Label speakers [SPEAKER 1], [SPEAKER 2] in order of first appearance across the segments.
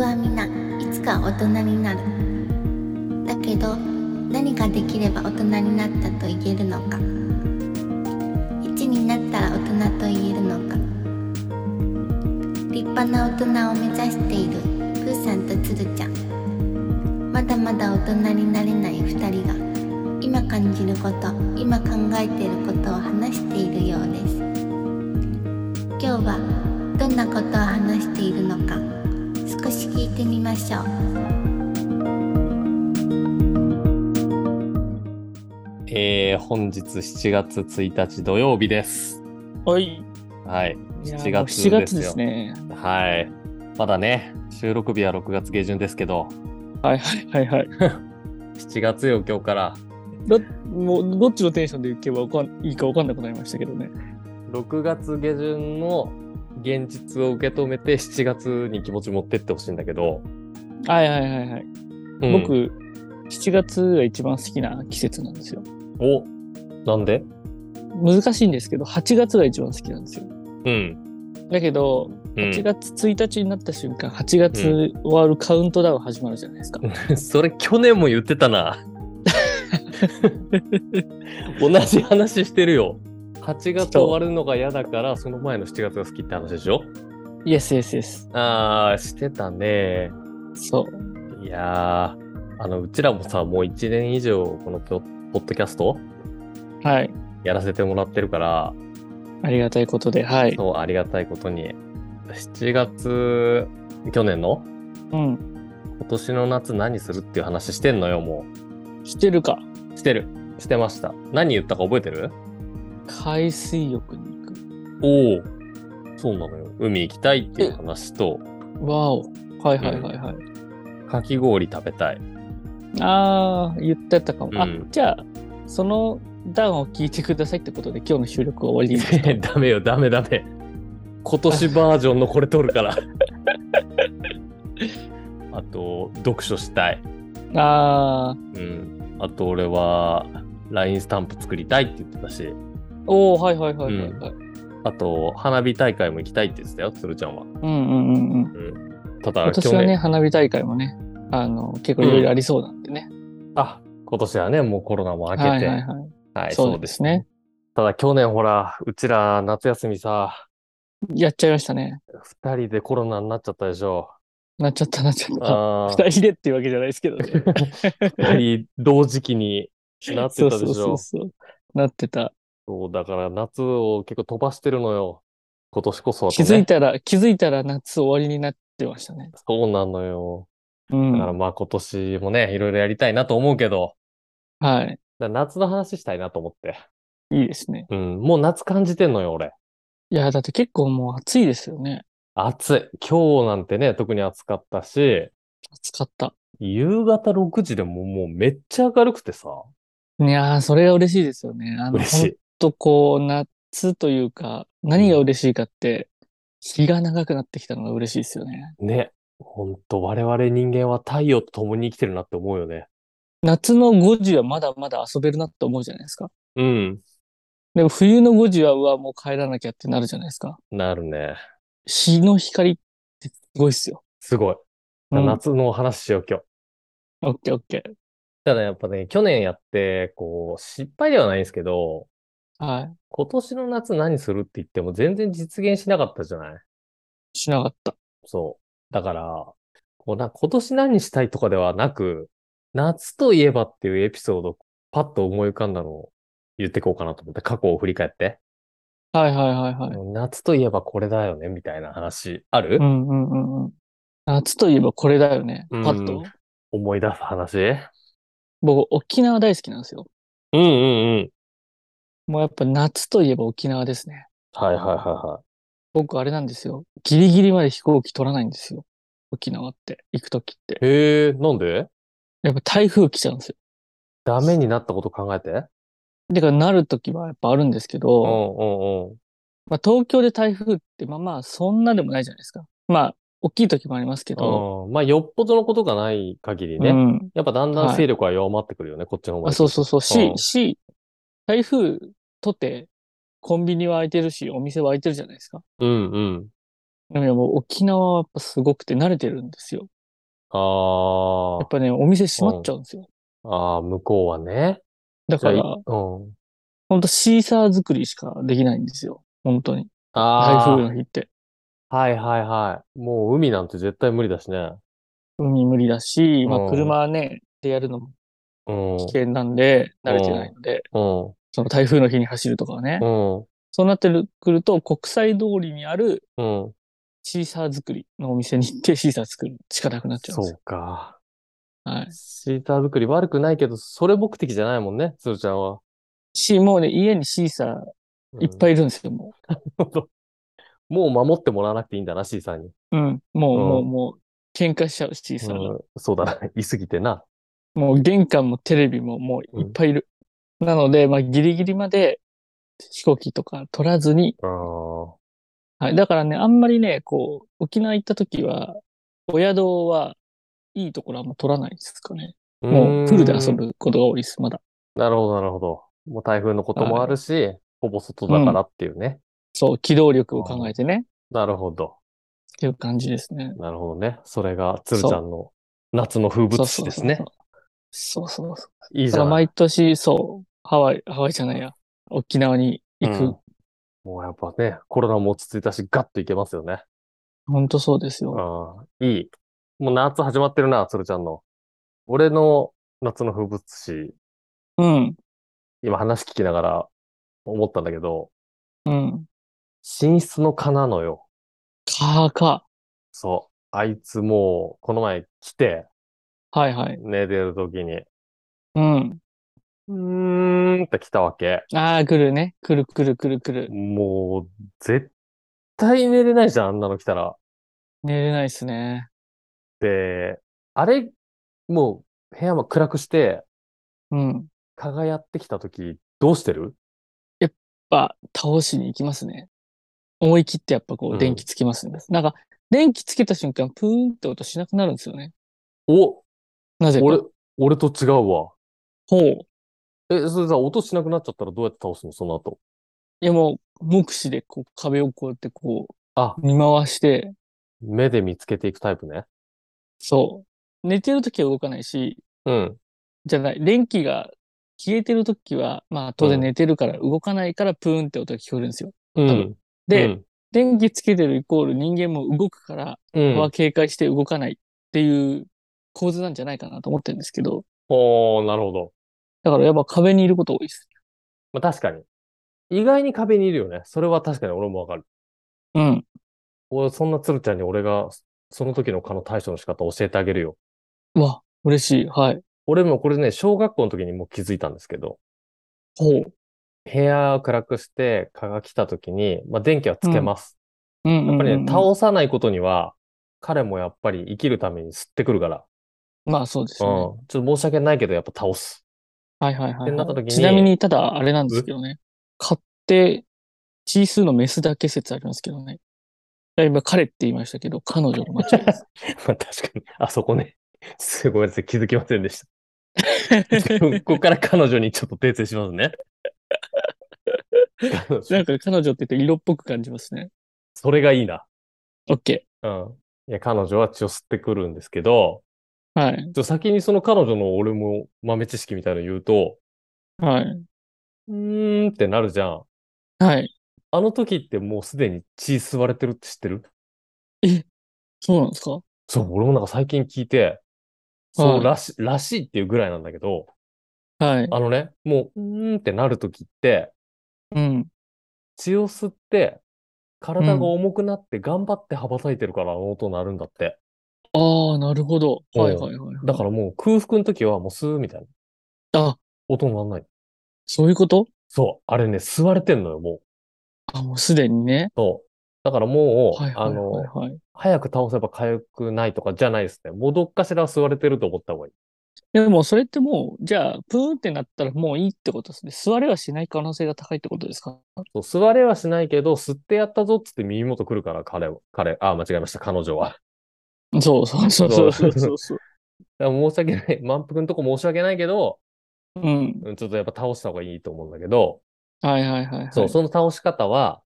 [SPEAKER 1] はみんないつか大人になるだけど何ができれば大人になったと言えるのか1になったら大人と言えるのか立派な大人を目指しているプーさんとつるちゃんまだまだ大人になれない2人が今感じること今考えていることを話しているようです今日はどんなことを話しているのか少し聞いてみましょう
[SPEAKER 2] えー、本日7月1日土曜日です。
[SPEAKER 3] はい。
[SPEAKER 2] はい。
[SPEAKER 3] いや
[SPEAKER 2] 7
[SPEAKER 3] もう
[SPEAKER 2] 月ですよ
[SPEAKER 3] 7月ですね。
[SPEAKER 2] はい。まだね、収録日は6月下旬ですけど、
[SPEAKER 3] はいはいはいはい。
[SPEAKER 2] 7月よ、今日から。
[SPEAKER 3] だもうどっちのテンションでいけばわかんいいかわかんなくなりましたけどね。
[SPEAKER 2] 6月下旬の現実を受け止めて、7月に気持ち持ってってほしいんだけど、
[SPEAKER 3] はいはいはいはい。
[SPEAKER 2] うん
[SPEAKER 3] 僕、7月が一番好きな季節なんですよ。
[SPEAKER 2] おなんで
[SPEAKER 3] 難しいんですけど、8月が一番好きなんですよ。
[SPEAKER 2] うん。
[SPEAKER 3] だけど、
[SPEAKER 2] う
[SPEAKER 3] 8
[SPEAKER 2] ん、
[SPEAKER 3] 月1日になった瞬間、8月終わるカウントダウン始まるじゃないですか。
[SPEAKER 2] それ去年も言ってたな。同じ話してるよ。8月終わるのが嫌だから、その前の7月が好きって話でしょ
[SPEAKER 3] イエスイエスイエス。
[SPEAKER 2] ああ、してたね。
[SPEAKER 3] そう。
[SPEAKER 2] いやー、あの、うちらもさ、もう1年以上、このポポッドキャスト
[SPEAKER 3] はい。
[SPEAKER 2] やらせてもらってるから、
[SPEAKER 3] ありがたいことで、はい。
[SPEAKER 2] そう、ありがたいことに。7月、去年の
[SPEAKER 3] うん。
[SPEAKER 2] 今年の夏何するっていう話してんのよ、も
[SPEAKER 3] してるか。
[SPEAKER 2] う。してる。してました。何言ったか覚えてる
[SPEAKER 3] 海水浴に行く。
[SPEAKER 2] おお。そうなのよ。海行きたいっていう話と、
[SPEAKER 3] わお。はいはいはいはい。
[SPEAKER 2] かき氷食べたい。
[SPEAKER 3] ああ、言ってたかも。あ
[SPEAKER 2] うん
[SPEAKER 3] じゃあ、その段を聞いてくださいってことで、今日の収録は終わりに し
[SPEAKER 2] ダメよ、ダメダメ。今年バージョンのこれ撮るから。 あと、読書したい。
[SPEAKER 3] た。ああ、
[SPEAKER 2] うん。あと、俺は、LINE スタンプ作りたいって言ってたし、
[SPEAKER 3] おお、はいはいはいはい、はい
[SPEAKER 2] あと、花火大会も行きたいって言ってたよ、鶴ちゃんは。
[SPEAKER 3] うん。うんうんうん。
[SPEAKER 2] ただ、
[SPEAKER 3] 今年はね、花火大会もね、あの、結構いろいろありそうなんでね。
[SPEAKER 2] あ、今年はね、もうコロナも明けて。
[SPEAKER 3] は
[SPEAKER 2] はいい、
[SPEAKER 3] はいはい。
[SPEAKER 2] そ
[SPEAKER 3] そうう
[SPEAKER 2] で
[SPEAKER 3] ですすね
[SPEAKER 2] ね。ただ、去年ほら、うちら夏休みさ、
[SPEAKER 3] やっちゃいましたね。
[SPEAKER 2] 二人でコロナになっちゃったでしょ。
[SPEAKER 3] なっちゃったなっちゃった。
[SPEAKER 2] あー
[SPEAKER 3] 二人でっていうわけじゃないです けどね。
[SPEAKER 2] 二人同時期になってた
[SPEAKER 3] そ
[SPEAKER 2] で
[SPEAKER 3] う
[SPEAKER 2] しょ。
[SPEAKER 3] そうそうそう。なってた。
[SPEAKER 2] そう、だから夏を結構飛ばしてるのよ。今年こそはと
[SPEAKER 3] 気
[SPEAKER 2] ね、
[SPEAKER 3] づいたら、気づいたら夏終わりになってましたね。
[SPEAKER 2] そうなのよ。
[SPEAKER 3] う
[SPEAKER 2] だ
[SPEAKER 3] ん。
[SPEAKER 2] から
[SPEAKER 3] は
[SPEAKER 2] まあ今年もね、いろいろやりたいなと思うけど、
[SPEAKER 3] い。
[SPEAKER 2] だから夏の話したいなと思って。
[SPEAKER 3] いいですね。
[SPEAKER 2] うん、もう夏感じてんのよ、俺。
[SPEAKER 3] いや、だって結構もう暑いですよね。
[SPEAKER 2] 暑い。今日なんてね、特に暑かったし、
[SPEAKER 3] 暑かった。
[SPEAKER 2] 夕方6時でももうめっちゃ明るくてさ、
[SPEAKER 3] いやー、それが嬉しいですよね。あの、
[SPEAKER 2] 嬉し
[SPEAKER 3] ほん
[SPEAKER 2] い。
[SPEAKER 3] とこう、夏というか、何が嬉しいかって、日が長くなってきたのが嬉しいですよね。
[SPEAKER 2] ね。ほんと、我々人間は太陽と共に生きてるなって思うよね。
[SPEAKER 3] 夏の5時はまだまだ遊べるなって思うじゃないですか。
[SPEAKER 2] うん。
[SPEAKER 3] でも冬の5時は、うわ、もう帰らなきゃってなるじゃないですか。
[SPEAKER 2] なるね。
[SPEAKER 3] 日の光ってすごいっすよ。
[SPEAKER 2] すごい。
[SPEAKER 3] うん
[SPEAKER 2] 夏の話しよう、今日。
[SPEAKER 3] オッケーオッケ
[SPEAKER 2] ただやっぱね、去年やって、こう、失敗ではないんですけど、
[SPEAKER 3] ー。は
[SPEAKER 2] 今年の夏何するって言っても全然実現しなかったじゃない
[SPEAKER 3] い。しなかった。
[SPEAKER 2] そう。だから、こうな、今年何したいとかではなく、夏といえばっていうエピソード、パッと思い浮かんだのを言ってこうかなと思って、過去を振り返って。
[SPEAKER 3] はいはいはいはい。
[SPEAKER 2] 夏といえばこれだよね、みたいな話、ある、
[SPEAKER 3] うんうんうんうん。夏といえばこれだよね。パ
[SPEAKER 2] うん
[SPEAKER 3] ッと。
[SPEAKER 2] 思い出す話
[SPEAKER 3] 僕、沖縄大好きなんですよ。
[SPEAKER 2] うんうんうん。
[SPEAKER 3] もうやっぱ夏といえば沖縄ですね。
[SPEAKER 2] はいはいはいはい。
[SPEAKER 3] 僕あれなんですよ。ギリギリまで飛行機取らないんですよ。沖縄って、行くときって。
[SPEAKER 2] へえ、なんで
[SPEAKER 3] やっぱ台風来ちゃうんですよ。
[SPEAKER 2] ダメになったこと考えて
[SPEAKER 3] だからなるときはやっぱあるんですけ
[SPEAKER 2] うんう
[SPEAKER 3] ど、
[SPEAKER 2] んうん。
[SPEAKER 3] まあ東京で台風ってまあまあそんなでもないじゃないですか。まあ、大きいときもありますけど、
[SPEAKER 2] うんまあ、よっぽどのことがない限りね、
[SPEAKER 3] うん
[SPEAKER 2] やっぱだんだ
[SPEAKER 3] は
[SPEAKER 2] ん
[SPEAKER 3] い
[SPEAKER 2] 勢力は弱まってくるよね、こっちの方
[SPEAKER 3] あ。そうそうそう。し
[SPEAKER 2] う、ん
[SPEAKER 3] し、台風とて、コンビニは空いてるし、お店は空いてるじゃないですか。
[SPEAKER 2] う。うんうん。
[SPEAKER 3] でももう沖縄はやっぱすごくて慣れてるんですよ。
[SPEAKER 2] あ
[SPEAKER 3] やっぱね、お店閉まっちゃうんですよ。
[SPEAKER 2] あ、ああ、向こうはね。じ
[SPEAKER 3] だ
[SPEAKER 2] ゃ
[SPEAKER 3] か
[SPEAKER 2] あい
[SPEAKER 3] ら、
[SPEAKER 2] うん。
[SPEAKER 3] ほんとシーサー作りしかできないんですよ。本当に。台
[SPEAKER 2] ああ、
[SPEAKER 3] 風の日って。
[SPEAKER 2] はいはいはい。もう海なんて絶対無理だしね。
[SPEAKER 3] 海無理だし、ま
[SPEAKER 2] うん
[SPEAKER 3] あ車ね、でやるのも
[SPEAKER 2] うん。
[SPEAKER 3] 危険なんで、慣れてないので、
[SPEAKER 2] うん。
[SPEAKER 3] その台風の日に走るとかはね
[SPEAKER 2] う。ん。
[SPEAKER 3] そうなってくると、国際通りにある
[SPEAKER 2] うん。
[SPEAKER 3] シーサー作りのお店に行ってシーサー作るしかなくなっちゃう
[SPEAKER 2] そ
[SPEAKER 3] んですよ。
[SPEAKER 2] うか。
[SPEAKER 3] はい。
[SPEAKER 2] シーター作り悪くないけど、それ目的じゃないもんね、つるちゃんは。
[SPEAKER 3] し、もうね、家にシーサーいっぱ
[SPEAKER 2] い。
[SPEAKER 3] いいるんですよ、も
[SPEAKER 2] もう守ってもらわなくていいんだな、シーさんに。
[SPEAKER 3] う。うん。もう、
[SPEAKER 2] うん
[SPEAKER 3] もう、もう、喧嘩しちゃう、シーサーが。
[SPEAKER 2] うんそうだな、言いすぎてな。
[SPEAKER 3] もう玄関もテレビももういっぱいいる。なので、まあギリギリまで飛行機とか取らずに、
[SPEAKER 2] あー
[SPEAKER 3] はい。だからね、あんまりね、こう、沖縄行った時は、お宿はいいところはもう取らないですかね。もうプールで遊。
[SPEAKER 2] ーん
[SPEAKER 3] ぶことが多いです、まだ。
[SPEAKER 2] なるほど、なるほど。もう台風のこともあるし、ほぼ外だからっていうね。
[SPEAKER 3] そう、機動力を考えてね、
[SPEAKER 2] なるほど。
[SPEAKER 3] っていう感じですね。
[SPEAKER 2] なるほどね。それが、つるちゃんの夏の風物詩ですね。
[SPEAKER 3] そうそうそう。そうそうそう。
[SPEAKER 2] いい
[SPEAKER 3] だ
[SPEAKER 2] じ
[SPEAKER 3] か
[SPEAKER 2] ゃ
[SPEAKER 3] ら
[SPEAKER 2] ない。
[SPEAKER 3] 毎年、そう、ハワイ、ハワイじゃないや、沖縄に行く。
[SPEAKER 2] うんもうやっぱね、コロナも落ち着いたし、ガッといけますよね。
[SPEAKER 3] ほんとそうですよ。
[SPEAKER 2] ああ、いい。もう夏始まってるな、つるちゃんの。俺の夏の風物詩、
[SPEAKER 3] うん、
[SPEAKER 2] 今話聞きながら思ったんだけど、
[SPEAKER 3] うん。
[SPEAKER 2] 寝室の蚊なのよ。
[SPEAKER 3] かーか
[SPEAKER 2] そう。あいつもう、この前来て、
[SPEAKER 3] ー。はいはい。
[SPEAKER 2] 寝てる時に、
[SPEAKER 3] うん。
[SPEAKER 2] うーんって来たわけ。
[SPEAKER 3] ああ、来るね。来る来る来る来る。
[SPEAKER 2] もう、絶対寝れないじゃん、あんなの来たら。
[SPEAKER 3] 寝れないっすね。
[SPEAKER 2] で、あれ、もう、部屋も暗くして、
[SPEAKER 3] うん。
[SPEAKER 2] 蚊がやってきた時、どうしてる
[SPEAKER 3] やっぱ、倒しに行きますね。思い切ってやっぱこ
[SPEAKER 2] うん
[SPEAKER 3] う、電気つきますね。なんか、電気つけた瞬間、プーンって音しなくなるんですよね。
[SPEAKER 2] お、
[SPEAKER 3] なぜか。
[SPEAKER 2] 俺、俺と違うわ。
[SPEAKER 3] ほう。い
[SPEAKER 2] え、それさ、音しなくなっちゃったらどうやって倒すのその後。
[SPEAKER 3] やもう、目視でこう、壁をこうやってこ
[SPEAKER 2] あ、
[SPEAKER 3] う、見回して、
[SPEAKER 2] 目で見つけていくタイプね。
[SPEAKER 3] そう。寝てる時は動かないし、
[SPEAKER 2] うん。
[SPEAKER 3] じゃない、電気が消えてる時は、まあ当
[SPEAKER 2] う
[SPEAKER 3] 然
[SPEAKER 2] ん
[SPEAKER 3] 寝てるから動かないからプーンって音が聞こえるんですよ。
[SPEAKER 2] うん。
[SPEAKER 3] で、
[SPEAKER 2] うん、
[SPEAKER 3] 電気つけてるイコール人間も動くから、
[SPEAKER 2] うん。
[SPEAKER 3] は警戒して動かないっていう構図なんじゃないかなと思ってるんですけど、
[SPEAKER 2] おー、なるほど。
[SPEAKER 3] だからやっぱ壁にいること多いです。
[SPEAKER 2] まあ、確かに。意外に壁にいるよね。それは確かに俺もわかる。
[SPEAKER 3] うん。
[SPEAKER 2] 俺、そんな鶴ちゃんに俺が、その時の蚊の対処の仕方を教えてあげるよ。
[SPEAKER 3] うわ、嬉しい。はい。
[SPEAKER 2] 俺もこれね、小学校の時にもう気づいたんですけど、
[SPEAKER 3] ほう。
[SPEAKER 2] 部屋を暗くして蚊が来た時に、まあ、電気はつけます。
[SPEAKER 3] うん
[SPEAKER 2] やっぱりね、
[SPEAKER 3] 倒
[SPEAKER 2] 倒さないことには、彼もやっぱり生きるために吸ってくるから。
[SPEAKER 3] まあそうですね。は
[SPEAKER 2] うん。ちょっと申し訳ないけど、やっぱ倒す。
[SPEAKER 3] いはいは
[SPEAKER 2] って
[SPEAKER 3] い、
[SPEAKER 2] なった時に
[SPEAKER 3] ちなみに、ただあれなんですけどね。買って、チースーのメスだけ説ありますけどね。いや今彼って言いましたけど、彼女の間違い です。
[SPEAKER 2] まあ確かに、あそこね。すごいですね。気づきませんで した。ここから彼女にちょっと訂正します ね。彼女
[SPEAKER 3] なんか彼女って言って色っぽく感じますね。
[SPEAKER 2] それがいいな。
[SPEAKER 3] OK。
[SPEAKER 2] うん。いや、彼女は血を吸ってくるんですけど、
[SPEAKER 3] はい。
[SPEAKER 2] ちょ先にその彼女の俺も豆知識みたいなの言うと、
[SPEAKER 3] はい。
[SPEAKER 2] うーんってなるじゃん。
[SPEAKER 3] はい。
[SPEAKER 2] あの時ってもうすでに血吸われてるって知ってる
[SPEAKER 3] そうなんですか
[SPEAKER 2] そう、俺もなんか最近聞いて、そうらし、らしいっていうぐらいなんだけど、
[SPEAKER 3] はい。
[SPEAKER 2] あのね、もう、うーんってなるときって、
[SPEAKER 3] うん。
[SPEAKER 2] 血を吸って、体が重くなって頑張って羽ばたいてるからあの音になるんだって。
[SPEAKER 3] ああ、なるほど。
[SPEAKER 2] うん
[SPEAKER 3] はいはいはい。
[SPEAKER 2] だからもう空腹の時はもうスーみたいな
[SPEAKER 3] あ、
[SPEAKER 2] 音にならない。
[SPEAKER 3] そういうこと
[SPEAKER 2] そう。あれね、吸われてんのよ、もう。
[SPEAKER 3] あ、もうすでにね。
[SPEAKER 2] そう。だからもう、
[SPEAKER 3] はい
[SPEAKER 2] あ
[SPEAKER 3] はいはい
[SPEAKER 2] の、
[SPEAKER 3] はい。
[SPEAKER 2] 早く倒せば痒くないとかじゃないですね。もうどっかしら吸われてると思った方がいい。
[SPEAKER 3] でもそれってもう、じゃあ、プーンってなったらもういいってことですね。座れはしない可能性が高いってことですか
[SPEAKER 2] そう、吸われはしないけど、吸ってやったぞっつって耳元来るから、彼は、彼、あ、間違えました、彼女は。
[SPEAKER 3] そうそうそうそうそうそうそう。
[SPEAKER 2] だから申し訳ない。 満腹のとこ申し訳ないけど、
[SPEAKER 3] うん。
[SPEAKER 2] うんちょっとやっぱ倒した方がいいと思うんだけど、
[SPEAKER 3] はいはいはいはい。
[SPEAKER 2] そう、その倒し方は、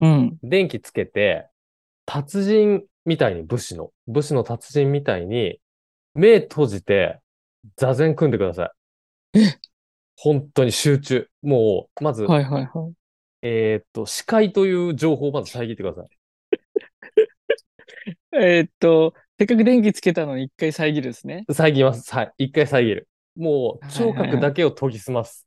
[SPEAKER 3] うん。
[SPEAKER 2] 電気つけて、達人みたいに武士の、武士の達人みたいに、目閉じて、座禅組んでください。本当に集中。もう、まず、
[SPEAKER 3] はいはいはい。
[SPEAKER 2] えーっと、視界という情報をまず遮ってください。
[SPEAKER 3] えーっと、せっかく電気つけたのに一回遮るですね。
[SPEAKER 2] 遮ります。はい。一回遮る。もう、
[SPEAKER 3] はいはいは
[SPEAKER 2] 聴
[SPEAKER 3] い
[SPEAKER 2] 覚だけを研ぎ澄ます。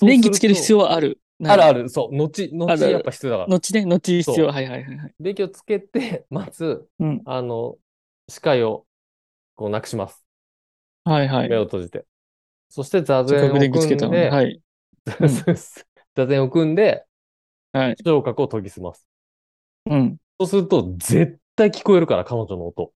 [SPEAKER 3] 電気つける必要
[SPEAKER 2] は
[SPEAKER 3] はある。
[SPEAKER 2] あるあ
[SPEAKER 3] る。
[SPEAKER 2] る。そう。後、
[SPEAKER 3] あるあ
[SPEAKER 2] 後、
[SPEAKER 3] る
[SPEAKER 2] やっぱ必要だから。
[SPEAKER 3] 後ね、後必
[SPEAKER 2] そう
[SPEAKER 3] 要。はいはいはいはい。
[SPEAKER 2] 電気をつけて、まず、
[SPEAKER 3] うん。
[SPEAKER 2] あの、視界を、こう、なくします。
[SPEAKER 3] はいはい
[SPEAKER 2] 目。を閉じて。そして座
[SPEAKER 3] せっ
[SPEAKER 2] 禅
[SPEAKER 3] か
[SPEAKER 2] を
[SPEAKER 3] く
[SPEAKER 2] 組
[SPEAKER 3] 電
[SPEAKER 2] ん
[SPEAKER 3] 気つけたのに。
[SPEAKER 2] で、
[SPEAKER 3] はい。 うん
[SPEAKER 2] 座禅を組んで、
[SPEAKER 3] はい。
[SPEAKER 2] 聴覚を研ぎ澄ます。
[SPEAKER 3] うん。
[SPEAKER 2] そうすると、絶対聞こえるから、彼女の音。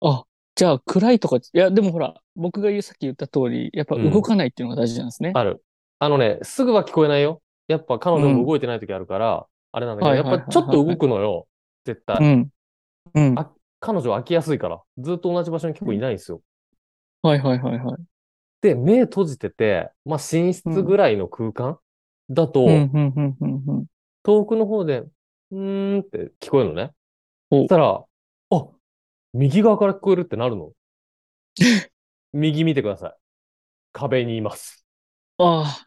[SPEAKER 3] あ、じゃあ暗いとか、いや、でもほら、僕が言うさっき言った通り、やっぱ
[SPEAKER 2] うん
[SPEAKER 3] 動かないっていうのが大事なんですね。
[SPEAKER 2] ある。あのね、すぐは聞こえないよ。やっぱ彼女も動いてない時あるから、あれなんだけど、
[SPEAKER 3] はい
[SPEAKER 2] や
[SPEAKER 3] は
[SPEAKER 2] っ
[SPEAKER 3] いはいはい
[SPEAKER 2] ぱちょっと動くのよ。絶対。
[SPEAKER 3] うん。うん。
[SPEAKER 2] あ彼女は飽きやすいから、ずっと同じ場所に結構いないんですよ。
[SPEAKER 3] はいはいはいはい。
[SPEAKER 2] で、目閉じてて、まあ、寝室ぐらいの空間だと、
[SPEAKER 3] うん、うん、うん、うん、うん。
[SPEAKER 2] 遠くの方で、うーんって聞こえるのね。
[SPEAKER 3] お
[SPEAKER 2] そしたら、あ、右側から聞こえるってなる の右見てください。壁にいます。
[SPEAKER 3] あ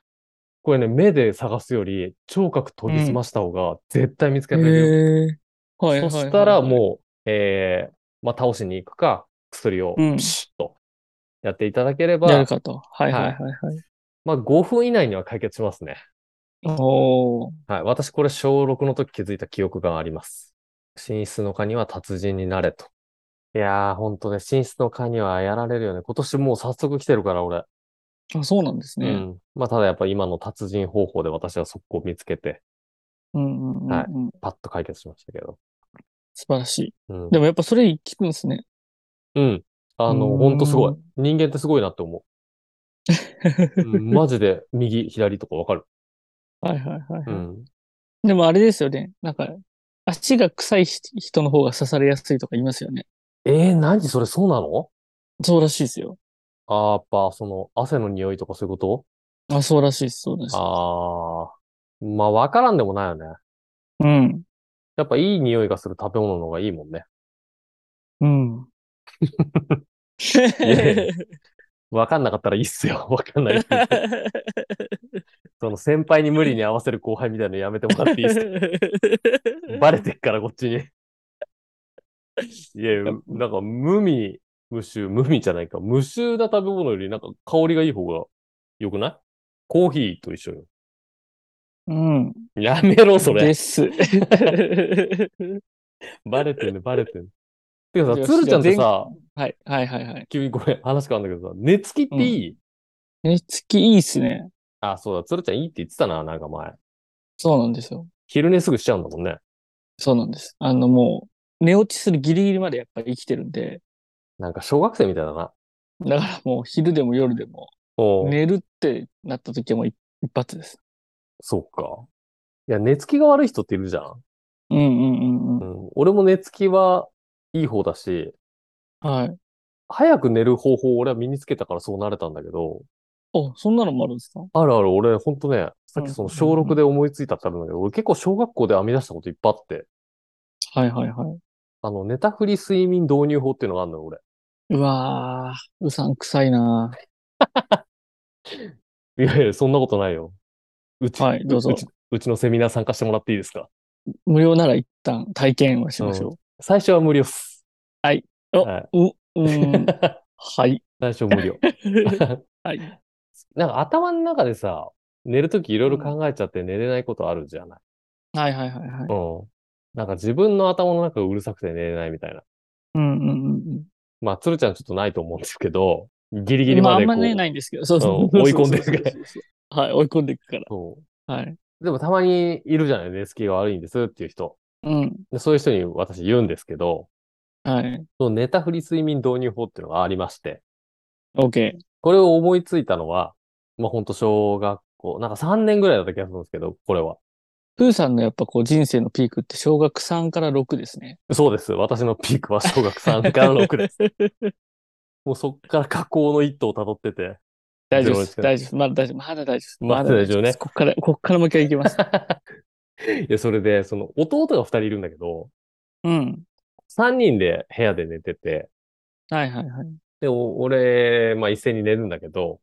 [SPEAKER 2] これね、目で探すより、聴覚研ぎ澄ました方が絶対見つ
[SPEAKER 3] あ、
[SPEAKER 2] け
[SPEAKER 3] へ
[SPEAKER 2] られるよ。
[SPEAKER 3] え。はいはいはいはい。
[SPEAKER 2] そしたらもう、えー、まあ、倒しに行くか、薬を
[SPEAKER 3] うん
[SPEAKER 2] ピシッとやっていただければ、
[SPEAKER 3] やるかと。はいはいはいはい。
[SPEAKER 2] まあ、5分以内には解決しますね。
[SPEAKER 3] おー。
[SPEAKER 2] はい。私、これ、小6の時気づいた記憶があります。寝室の蚊には達人になれと。いやー、ほんとね、寝室の蚊にはやられるよね。今年もう早速来てるから、俺。
[SPEAKER 3] あ、そうなんです
[SPEAKER 2] う
[SPEAKER 3] ね。
[SPEAKER 2] ん。まあ、ただやっぱ今の達人方法で私は速攻見つけて、
[SPEAKER 3] うん、うん、うんうん。
[SPEAKER 2] はいパッと解決しましたけど。
[SPEAKER 3] 素晴らしい。
[SPEAKER 2] うん。
[SPEAKER 3] でもやっぱそれ聞くんですね。
[SPEAKER 2] うん。あの、
[SPEAKER 3] うーん
[SPEAKER 2] ほんとすごい。人間ってすごいなって思 う。うんマジで右、左とかわかる。
[SPEAKER 3] はいはいはい。
[SPEAKER 2] うん。
[SPEAKER 3] でもあれですよね。なんか、足が臭い人人の方が刺されやすいとか言いますよね。
[SPEAKER 2] えー、何それそうなの
[SPEAKER 3] そうらしいですよ。
[SPEAKER 2] あー、やっぱ、その、汗の匂いとかそういうこと
[SPEAKER 3] あ、そうらしいです。そうらしいです。
[SPEAKER 2] あー。まあ、わからんでもないよね。
[SPEAKER 3] うん。
[SPEAKER 2] やっぱいい匂いがする食べ物の方がいいもんね。
[SPEAKER 3] うん。
[SPEAKER 2] やいわかんなかったらいいっすよ。 わかんない。その先輩に無理に合わせる後輩みたいなのやめてもらっていいっ すかバレてっからこっちに。いや、うなんか無味、無臭、無味じゃないか。無臭な食べ物よりなんか香りがいい方が良くないコーヒーと一緒よ。
[SPEAKER 3] うん。
[SPEAKER 2] やめろ、そ
[SPEAKER 3] で
[SPEAKER 2] れ。
[SPEAKER 3] す。
[SPEAKER 2] バレてんね、バレてんね。てか
[SPEAKER 3] い
[SPEAKER 2] さ、
[SPEAKER 3] や
[SPEAKER 2] 鶴ちゃんってさ、
[SPEAKER 3] はい、はい、はい、はい。
[SPEAKER 2] 急にごめん、話変わるんだけどさ、寝つきっていい、
[SPEAKER 3] 寝つきいいっすね。
[SPEAKER 2] あ、そうだ、鶴ちゃんいいって言ってたな、なんか前。
[SPEAKER 3] そうなんですよ。
[SPEAKER 2] 昼寝すぐしちゃうんだもんね。
[SPEAKER 3] そうなんです。あの、もう、寝落ちするギリギリまでやっぱり生きてるんで、
[SPEAKER 2] なんか小学生みたいだな。
[SPEAKER 3] だからもう昼でも夜でも、
[SPEAKER 2] おう
[SPEAKER 3] 寝るってなった時はもう一一発です。
[SPEAKER 2] そうか。いや、寝つきが悪い人っているじゃん。
[SPEAKER 3] うんうんうん
[SPEAKER 2] う
[SPEAKER 3] うん。
[SPEAKER 2] ん。俺も寝つきはいい方だし、
[SPEAKER 3] はい。
[SPEAKER 2] 早く寝る方法を俺は身につけたからそうなれたんだけど、
[SPEAKER 3] あ、そんなのもあるんですか
[SPEAKER 2] あるある、俺ほんとね、さっきその小
[SPEAKER 3] うんうんうん
[SPEAKER 2] 6で思いついたってあるんだけど、俺結構小学校で編み出したこといっぱいあって、
[SPEAKER 3] はいはいはい。
[SPEAKER 2] あの、寝たふり睡眠導入法っていうのがあるのよ、俺。
[SPEAKER 3] うわー、うさんくさいなぁ
[SPEAKER 2] いやいや、そんなことないよ。うち、
[SPEAKER 3] はいどうぞ
[SPEAKER 2] ちうちのセミナー参加してもらっていいですか
[SPEAKER 3] 無料なら一旦体験はしましょ
[SPEAKER 2] 最初は無料っす。
[SPEAKER 3] はい。お
[SPEAKER 2] は
[SPEAKER 3] う。う、うーん、
[SPEAKER 2] い、
[SPEAKER 3] はい。
[SPEAKER 2] 最初無料。
[SPEAKER 3] はい。
[SPEAKER 2] なんか頭の中でさ、寝るときいろいろ考えちゃって寝れないことあるじゃない。
[SPEAKER 3] はいはいはい はい。
[SPEAKER 2] うん。なんか自分の頭の中がうるさくて寝れないみたいな。
[SPEAKER 3] うんうんうん
[SPEAKER 2] まあ、鶴ちゃんちょっとないと思うんですけど、ギリ
[SPEAKER 3] う
[SPEAKER 2] ギリ
[SPEAKER 3] ん。ま
[SPEAKER 2] ま
[SPEAKER 3] ああ
[SPEAKER 2] で
[SPEAKER 3] ん
[SPEAKER 2] こう。
[SPEAKER 3] まね、ないんですけど、そうそうう。
[SPEAKER 2] ん追い込んでるから
[SPEAKER 3] そうそうそうそう。はい、追い込んでいくから。
[SPEAKER 2] そう
[SPEAKER 3] はい。
[SPEAKER 2] でもたまにいるじゃない、寝つきが悪いんですっていう人。
[SPEAKER 3] うん。
[SPEAKER 2] でそういう人に私言うんですけど、
[SPEAKER 3] はい。
[SPEAKER 2] その寝たふり睡眠導入法っていうのがありまして、
[SPEAKER 3] OK。
[SPEAKER 2] これを思いついたのは、まあほんと小学校、なんか3年ぐらいだった気がするんですけど、これは。
[SPEAKER 3] プーさんのやっぱこう人生のピークって小学3から6ですね。
[SPEAKER 2] そうです。私のピークは小学3から6です。もうそっから加工の一途を辿って て。
[SPEAKER 3] 大丈夫で
[SPEAKER 2] ゼ
[SPEAKER 3] す。
[SPEAKER 2] ロで
[SPEAKER 3] 大丈夫です。まだ大丈夫。まだ大丈夫です。
[SPEAKER 2] まだ大丈夫ね
[SPEAKER 3] ですこっから、こっからもう一回行きます。
[SPEAKER 2] いや、それで、その、弟が二人いるんだけど、
[SPEAKER 3] うん。
[SPEAKER 2] 3人で部屋で寝てて、
[SPEAKER 3] はいはいはい。
[SPEAKER 2] で、お俺、まあ一斉に寝るんだけど、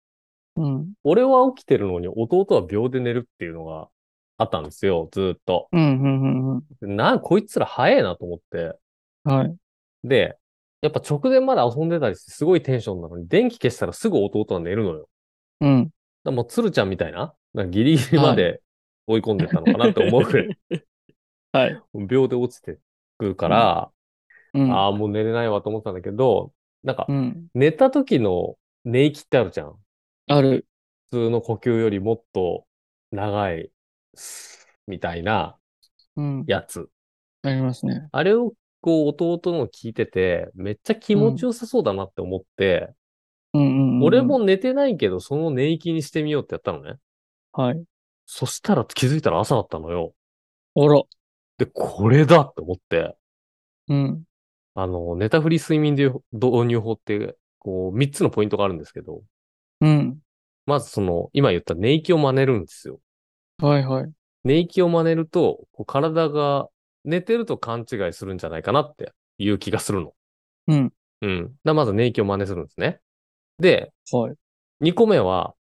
[SPEAKER 3] うん。
[SPEAKER 2] 俺は起きてるのに弟は秒で寝るっていうのがあったんですよ、ずーっと。
[SPEAKER 3] うん、うん、うんうん。
[SPEAKER 2] な、こいつら早えなと思って。
[SPEAKER 3] はい。
[SPEAKER 2] で、やっぱ直前まで遊んでたりしてすごいテンションなのに、電気消したらすぐ弟は寝るのよ。だか
[SPEAKER 3] うん。
[SPEAKER 2] らもう鶴ちゃんみたいな、なんかギリギリまで追い込んでたのかなって思うくらい、
[SPEAKER 3] はい。
[SPEAKER 2] 秒で落ちてくるから、
[SPEAKER 3] うん。
[SPEAKER 2] ああ、もう寝れないわと思ったんだけど、なんか
[SPEAKER 3] うん。
[SPEAKER 2] 寝た時の寝息ってあるじゃん。
[SPEAKER 3] ある。
[SPEAKER 2] 普通の呼吸よりもっと長い、スーみたいな
[SPEAKER 3] うん。
[SPEAKER 2] やつ。
[SPEAKER 3] ありますね。
[SPEAKER 2] あれをこう弟の聞いてて、めっちゃ気持ちよさそうだなって思って、
[SPEAKER 3] うんうん、うん。
[SPEAKER 2] 俺も。寝てないけど、その寝息にしてみようってやったのね。
[SPEAKER 3] はい。
[SPEAKER 2] そしたら気づいたら朝だったのよ。
[SPEAKER 3] あら。
[SPEAKER 2] で、これだって思って、
[SPEAKER 3] うん。
[SPEAKER 2] あの、寝たふり睡眠導入法って、こう、3つのポイントがあるんですけど、
[SPEAKER 3] うん。
[SPEAKER 2] まずその、今言った寝息を真似るんですよ。
[SPEAKER 3] はいはい。
[SPEAKER 2] 寝息を真似ると、こう体が寝てると勘違いするんじゃないかなっていう気がするの。
[SPEAKER 3] うん。
[SPEAKER 2] うん。だからまず寝息を真似するんですね。で、
[SPEAKER 3] はい。
[SPEAKER 2] 2個目は、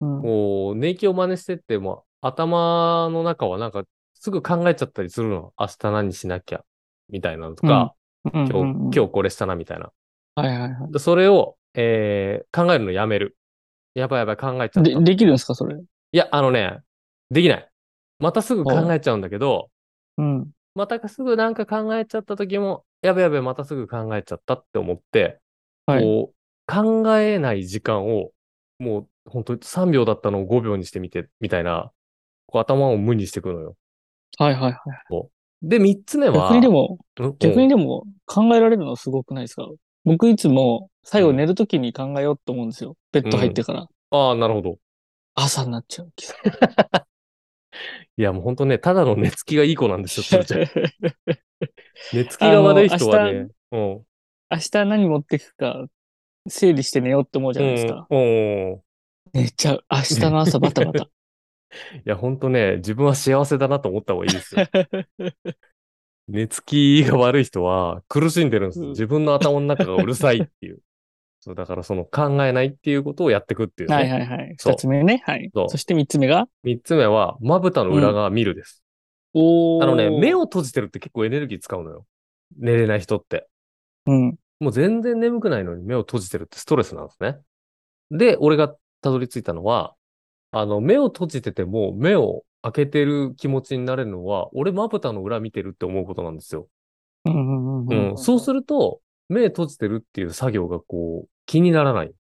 [SPEAKER 3] うん。
[SPEAKER 2] こう、寝息を真似してっても、頭の中はなんかすぐ考えちゃったりするの。明日何しなきゃ、みたいなのとか、
[SPEAKER 3] 今
[SPEAKER 2] 今日、今日これしたな、みたいな。
[SPEAKER 3] はいはいは
[SPEAKER 2] でそれを、えー、考えるのやめる。やばいやばい考えちゃった。
[SPEAKER 3] い。で、
[SPEAKER 2] い
[SPEAKER 3] できるんですか、それ。
[SPEAKER 2] や、あのね、できない。またすぐ考えちゃうんだけど、
[SPEAKER 3] うん。
[SPEAKER 2] またすぐなんか考えちゃった時も、やべやべ、またすぐ考えちゃったって思って、
[SPEAKER 3] はい。
[SPEAKER 2] こう、考えない時間を、もう、本当に3秒だったのを5秒にしてみて、みたいな、こう頭を無にしてくのよ。
[SPEAKER 3] はいはいはい。
[SPEAKER 2] で、3つ目は、
[SPEAKER 3] 逆にでも、
[SPEAKER 2] うん、
[SPEAKER 3] 逆にでも考えられるのすごくないですか僕いつも最後寝るときに考えようと思うんですよ。ベッド入ってから。
[SPEAKER 2] ああ、なるほど。
[SPEAKER 3] 朝になっちゃう気が
[SPEAKER 2] いや、もう本当ね、ただの寝つきがいい子なん ですよ、
[SPEAKER 3] す
[SPEAKER 2] 鶴
[SPEAKER 3] る
[SPEAKER 2] ちゃん。寝つきが悪い人はね、うん。
[SPEAKER 3] 明日何持ってくか整理して寝ようって思うじゃないですか。
[SPEAKER 2] うんうんうん
[SPEAKER 3] 寝ちゃう。明日の朝バ タバタ。
[SPEAKER 2] いや、本当ね、自分は幸せだなと思った方がいいですよ。寝つきが悪い人は苦しんでるんですよ。
[SPEAKER 3] うん
[SPEAKER 2] 自分の頭の中がうるさいって いう。そう、だからその考えないっていうことをやっていくっていう、ね。
[SPEAKER 3] はいはいはい。
[SPEAKER 2] そう
[SPEAKER 3] 二つ目ね。はい
[SPEAKER 2] そ。う
[SPEAKER 3] そして三つ目が
[SPEAKER 2] 三つ目は、まぶたの裏側見るです。
[SPEAKER 3] おー
[SPEAKER 2] あのね、目。を閉じてるって結構エネルギー使うのよ。寝れない人って。
[SPEAKER 3] うん。
[SPEAKER 2] もう全然眠くないのに目を閉じてるってストレスなんですね。で、俺がたどり着いたのは、あの、目を閉じてても目を開けてる気持ちになれるのは、俺まぶたの裏見てるって思うことなんですよ。
[SPEAKER 3] うんうんうん
[SPEAKER 2] うん、そうすると、目閉じてるっていう作業がこう、気にならない。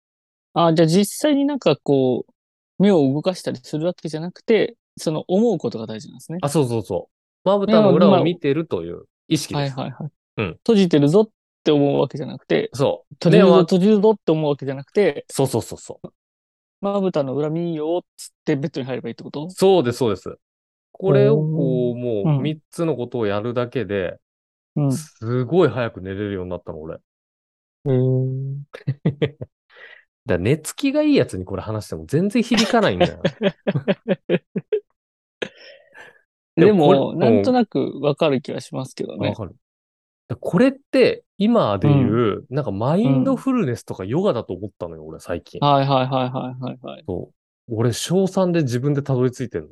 [SPEAKER 3] あ、じゃあ実際になんかこう、目を動かしたりするわけじゃなくて、その思うことが大事なんですね。
[SPEAKER 2] あ、そうそうそう。まぶたの裏を見てるという意識
[SPEAKER 3] はい
[SPEAKER 2] です。
[SPEAKER 3] はいはい。
[SPEAKER 2] うん
[SPEAKER 3] 閉じてるぞって思うわけじゃなくて、
[SPEAKER 2] そう。
[SPEAKER 3] 閉じる
[SPEAKER 2] 目
[SPEAKER 3] ぞ、
[SPEAKER 2] は
[SPEAKER 3] 閉じるぞって思うわけじゃなくて、
[SPEAKER 2] そうそうそうそう。
[SPEAKER 3] まぶたの裏見ようっつってベッドに入ればいいってこと
[SPEAKER 2] そうです、そうです。これをこう、
[SPEAKER 3] ー
[SPEAKER 2] もう
[SPEAKER 3] うん
[SPEAKER 2] 3つのことをやるだけで、
[SPEAKER 3] うん。
[SPEAKER 2] すごい早く寝れるようになったの、俺。だから寝つきがいいやつにこれ話しても全然響かないんだよ。
[SPEAKER 3] で
[SPEAKER 2] で
[SPEAKER 3] も、
[SPEAKER 2] もこれ
[SPEAKER 3] なんとなくわかる気はしますけど
[SPEAKER 2] わ
[SPEAKER 3] ね。
[SPEAKER 2] かる。だこれって、今で言う、なんかマインドフルネスとかヨガだと思ったのよ、俺、最近。
[SPEAKER 3] はいはいはいはいはいはい。
[SPEAKER 2] そう。俺、小3で自分でたどり着いてるの。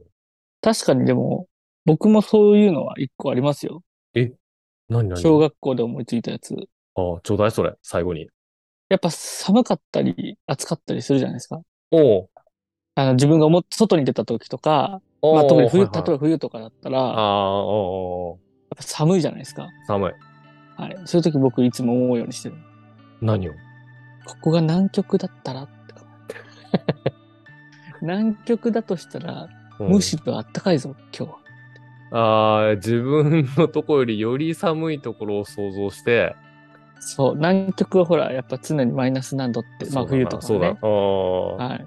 [SPEAKER 3] 確かにでも、僕もそういうのは一個ありますよ。
[SPEAKER 2] 何何
[SPEAKER 3] 小学校で思いついたやつ。
[SPEAKER 2] ああ、ちょうだい、それ、最後に。
[SPEAKER 3] やっぱ寒かったり、暑かったりするじゃないですか。
[SPEAKER 2] おう
[SPEAKER 3] あの自分がも外に出た時とか、
[SPEAKER 2] おう。
[SPEAKER 3] まあ、特に冬、
[SPEAKER 2] はいは
[SPEAKER 3] 例
[SPEAKER 2] い
[SPEAKER 3] えば冬とかだったら、
[SPEAKER 2] あ
[SPEAKER 3] やっ
[SPEAKER 2] あ、おうおうおう
[SPEAKER 3] ぱ寒いじゃないですか。
[SPEAKER 2] 寒い。
[SPEAKER 3] はい。そういう時僕いつも思うようにしてる。
[SPEAKER 2] 何を
[SPEAKER 3] ここが南極だったらって考えて 南極だとしたら、
[SPEAKER 2] うん
[SPEAKER 3] むしろあったかいぞ、今日は。
[SPEAKER 2] ああ、自分のとこよりより寒いところを想像して、
[SPEAKER 3] そう、南極はほら、やっぱ常にマイナス何度って、ま
[SPEAKER 2] そうだ
[SPEAKER 3] あ
[SPEAKER 2] な
[SPEAKER 3] 冬とか
[SPEAKER 2] そうだ。
[SPEAKER 3] ね。
[SPEAKER 2] ああ、
[SPEAKER 3] はい。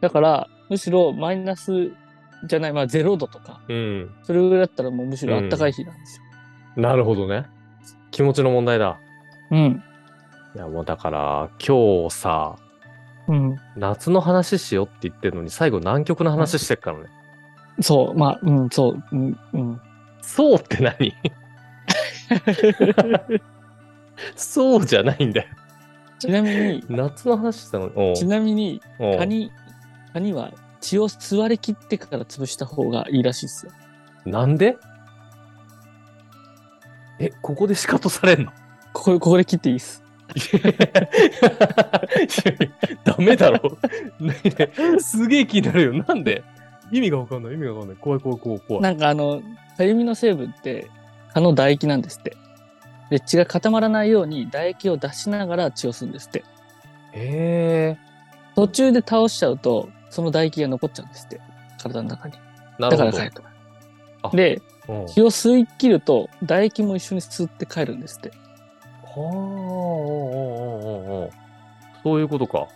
[SPEAKER 3] だから、むしろマイナスじゃない、まあ0度とか、
[SPEAKER 2] うん。
[SPEAKER 3] それぐらいだったらもうむしろあったかい日なんですよ。
[SPEAKER 2] なるほどね。気持ちの問題だ。
[SPEAKER 3] うん。
[SPEAKER 2] いや、もうだから、今日さ、
[SPEAKER 3] うん。
[SPEAKER 2] 夏の話しようって言ってるのに、最後南極の話してっから ね。
[SPEAKER 3] そう、まあ、うん、そう、うん、うん。
[SPEAKER 2] そうって何そうじゃないんだよ。
[SPEAKER 3] ちなみに、
[SPEAKER 2] 夏の話してたのに。おう
[SPEAKER 3] ちなみに、
[SPEAKER 2] おう
[SPEAKER 3] カニ、カニは血を吸われきってから潰した方がいいらしいですよ。
[SPEAKER 2] なんでえ、ここでシカトされ んの
[SPEAKER 3] ここここで切っていいです。
[SPEAKER 2] ダメだ ろ。ねえすげえ気になるよ。なんで意味がわかんない。意味がわかんない。怖い怖い怖い怖い。
[SPEAKER 3] なんかあの、かゆみの成分って、蚊の唾液なんですって。で、血が固まらないように唾液を出しながら血を吸うんですって。
[SPEAKER 2] へえ
[SPEAKER 3] 途中で倒しちゃうと、その唾液が残っちゃうんですって。体の中に。
[SPEAKER 2] な
[SPEAKER 3] だ
[SPEAKER 2] る
[SPEAKER 3] か
[SPEAKER 2] ほ
[SPEAKER 3] ら
[SPEAKER 2] ど
[SPEAKER 3] 帰ると
[SPEAKER 2] あ。
[SPEAKER 3] で、。
[SPEAKER 2] うん
[SPEAKER 3] 血を吸い切ると、唾液も一緒に吸って帰るんですって。
[SPEAKER 2] はあ、おうおうおうおうおうそういうことか。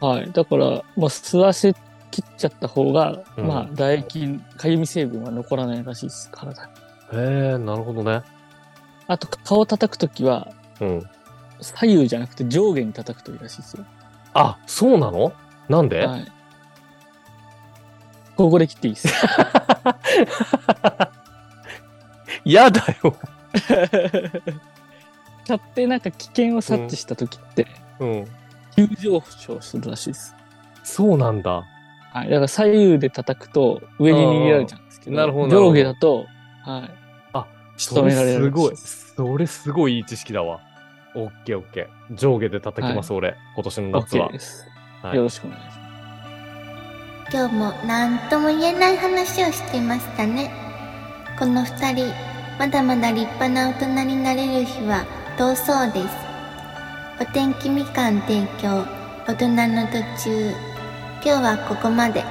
[SPEAKER 3] はい。だから、まあ、吸わせ切っちゃった方が、
[SPEAKER 2] うん
[SPEAKER 3] まあ、唾液、かゆみ成分は残らないらしいです、体に。
[SPEAKER 2] へえ、なるほどね。
[SPEAKER 3] あと、顔を叩くときは、
[SPEAKER 2] うん。
[SPEAKER 3] 左右じゃなくて上下に叩くといいらしいですよ。
[SPEAKER 2] あ、そうなのなんで、
[SPEAKER 3] はい。ここで切っていい です。
[SPEAKER 2] やだよ。
[SPEAKER 3] 買ってなんか危険を察知したときって、
[SPEAKER 2] うん。
[SPEAKER 3] 急上昇するらしいです。
[SPEAKER 2] そうなんだ。
[SPEAKER 3] はい。だから左右で叩くと、上に逃げられちゃうんですけど、
[SPEAKER 2] あーなるほどなるほど
[SPEAKER 3] 上下だと、はい。
[SPEAKER 2] あ、
[SPEAKER 3] 仕留めら
[SPEAKER 2] そ
[SPEAKER 3] れる
[SPEAKER 2] す
[SPEAKER 3] らし
[SPEAKER 2] ご
[SPEAKER 3] で
[SPEAKER 2] い。それすごいいい知識だわ。オッケーオッケー。上下で叩きます、俺。今年の夏
[SPEAKER 3] OK
[SPEAKER 2] は
[SPEAKER 3] で。す、
[SPEAKER 2] はい
[SPEAKER 3] よろしくお願いします。
[SPEAKER 1] 今日も何とも言えない話をしてましたねこの2人まだまだ立派な大人になれる日は遠そうですお天気みかん提供大人の途中今日はここまで